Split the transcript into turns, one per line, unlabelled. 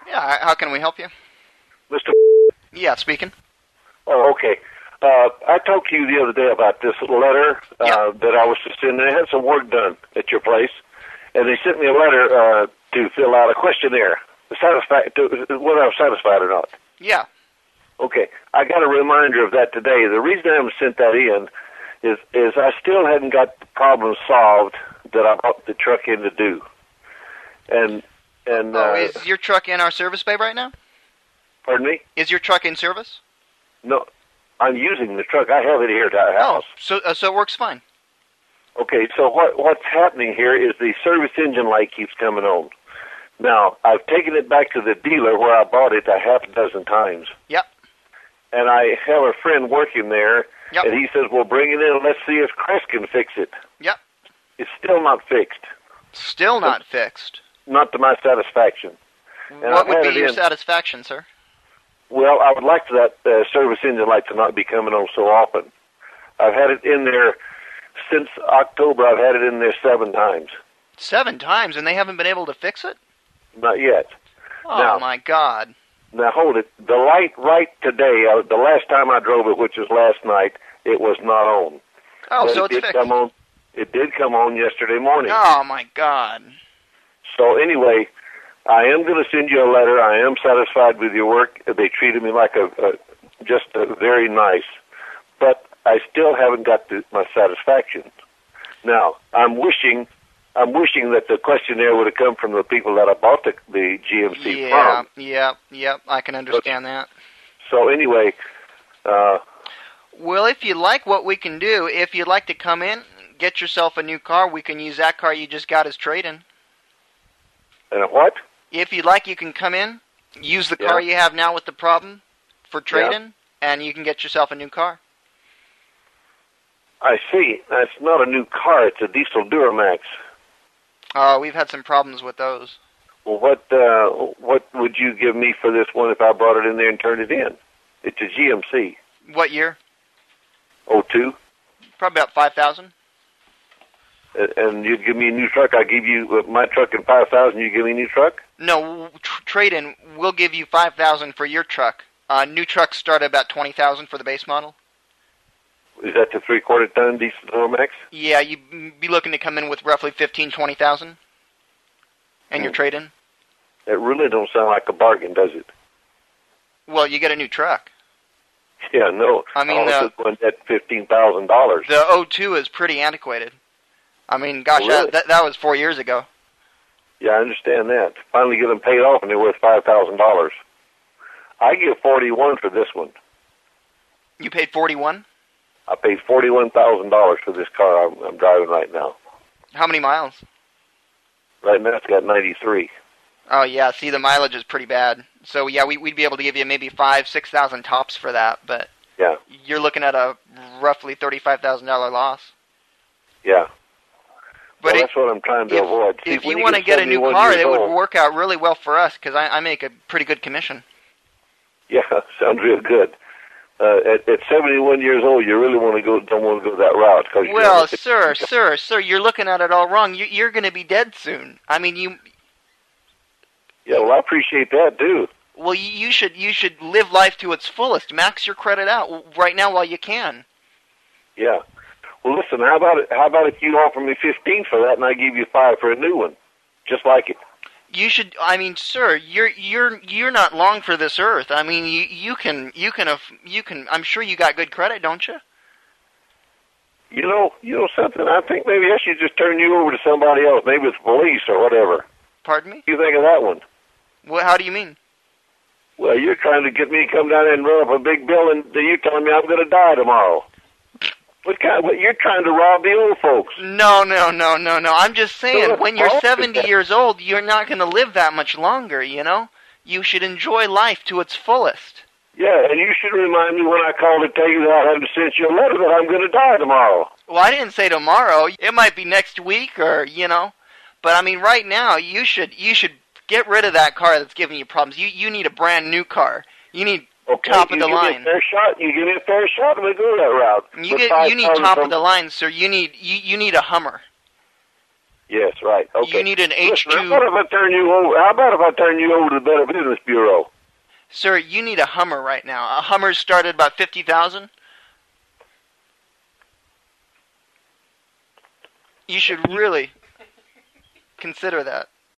Hi, how can we help you?
Mr.
Yeah, speaking.
Oh, okay. Uh, I talked to you the other day about this letter uh, that I was to send. They had some work done at your place, and they sent me a letter uh, to fill out a questionnaire, satisfied to, whether I was satisfied or not.
Yeah.
Okay, I got a reminder of that today. The reason I haven't sent that in is is I still hadn't got the problem solved that I brought the truck in to do, and and
Oh,
uh,
is your truck in our service bay right now?
pardon me,
Is your truck in service?
no, I'm using the truck. I have it here at our house.
So, uh, so it works fine.
Okay, so what what's happening here is the service engine light keeps coming on. Now I've taken it back to the dealer where I bought it a half a dozen times.
Yep.
And I have a friend working there,
Yep.
and he says, "Well, bring it in. Let's see if Chris can fix it."
Yep.
It's still not fixed,
Still not fixed.
not to my satisfaction. And
what
I've had
would
it
be your
in-
satisfaction, sir?
Well, I would like for that uh, service engine light to not be coming on so often. I've had it in there since October. I've had it in there seven times.
Seven times, and they haven't been able to fix it.
Not yet.
Oh
No.
my God!
Now hold it. The light right today. Uh, the last time I drove it, which was last night, it was not on.
Oh,
But
so
it
it's
did
fixed.
come on. It did come on yesterday morning.
Oh my God!
So anyway, I am going to send you a letter. I am satisfied with your work. They treated me like a, a just a very nice, but I still haven't got the, my satisfaction. Now I'm wishing, I'm wishing that the questionnaire would have come from the people that I bought the, the GMC
Yeah,
from.
yeah, yeah. I can understand that.
So anyway, uh,
Well, if you like what we can do, if you'd like to come in, get yourself a new car, we can use that car you just got as trade in.
and what?
If you'd like, you can come in, use the car you have now with the problem for trade in, and you can get yourself a new car.
I see. That's not a new car. It's a diesel Duramax.
Uh, we've had some problems with those.
Well, what uh, what would you give me for this one if I brought it in there and turned it in? It's a GMC
What year?
02,
Probably about 5000
a- and you'd give me a new truck. I give you uh, my truck and five thousand. You give me a new truck.
No, w- tr- trade in, we'll give you 5000 for your truck. Uh, new trucks start at about 20000 for the base model.
Is that the three quarter ton diesel Duramax?
Yeah, you'd be looking to come in with roughly fifteen, twenty thousand, and your
Hmm.
trade in.
That really don't sound like a bargain, does it?
Well, you get a new truck.
Yeah, no.
I mean, uh,
also one at fifteen thousand dollars.
The O2 is pretty antiquated. I mean, gosh,
Oh, really?
that, that was four years ago.
Yeah, I understand that. Finally, get them paid off, and they're worth five thousand dollars. I give forty one for this one.
You paid forty-one.
I paid forty-one thousand dollars for this car I'm, I'm driving right now.
How many miles?
Right now, it's got ninety-three.
Oh yeah, see, the mileage is pretty bad. So yeah, we, we'd be able to give you maybe five, six thousand tops for that, but
Yeah.
you're looking at a roughly thirty-five thousand dollar loss.
Yeah,
But
well,
it,
that's what I'm trying to
if-
avoid. See,
if
when
you want to
get
get a new
71
car,
years
it would
old-
work out really well for us because I, I make a pretty good commission.
yeah, sounds real good. Uh, at, at seventy-one years old, you really want to go. Don't want to go that route because
Well, sir, sir, sir, you're looking at it all wrong. You, you're going to be dead soon. I mean, you
yeah. Well, I appreciate that too.
Well, you, you should you should live life to its fullest. Max your credit out w- right now while you can.
Yeah. Well, listen. How about it? How about if you offer me fifteen for that, and I give you five for a new one, just like it?
You should. I mean, sir, you're you're you're not long for this earth. I mean, you you can you can aff- you can. I'm sure you got good credit, don't you?
You know, you know something. I think maybe I should just turn you over to somebody else. Maybe it's police or whatever.
Pardon me.
You think of that one?
Well, how do you mean?
Well, you're trying to get me to come down there and run up a big bill, and then you're telling me I'm going to die tomorrow. What kind? What you're trying to rob the old folks?
No, no, no, no, no. I'm just saying,
what's
when you're
wrong with
70
that?
years old, you're not going to live that much longer. You know, you should enjoy life to its fullest.
Yeah, and you should remind me when I call to tell you that I haven't sent you a letter that I'm going to die tomorrow.
Well, I didn't say tomorrow. It might be next week or, you know. But I mean right now you should you should get rid of that car that's giving you problems. You you need a brand new car. You need
Okay,
Top of
you
the
give
line.
Me a fair shot. You give me a fair shot, and we go that route.
you
But
get
five
you need
thousand
top of
from-
the line, sir. You need you, you need a Hummer.
Yes, right. Okay.
You need an H
Listen,
two,
how about if I turn you over? How about if I turn you over to the Better Business Bureau?
sir. You need a Hummer right now. A Hummer started about fifty thousand. You should really consider that.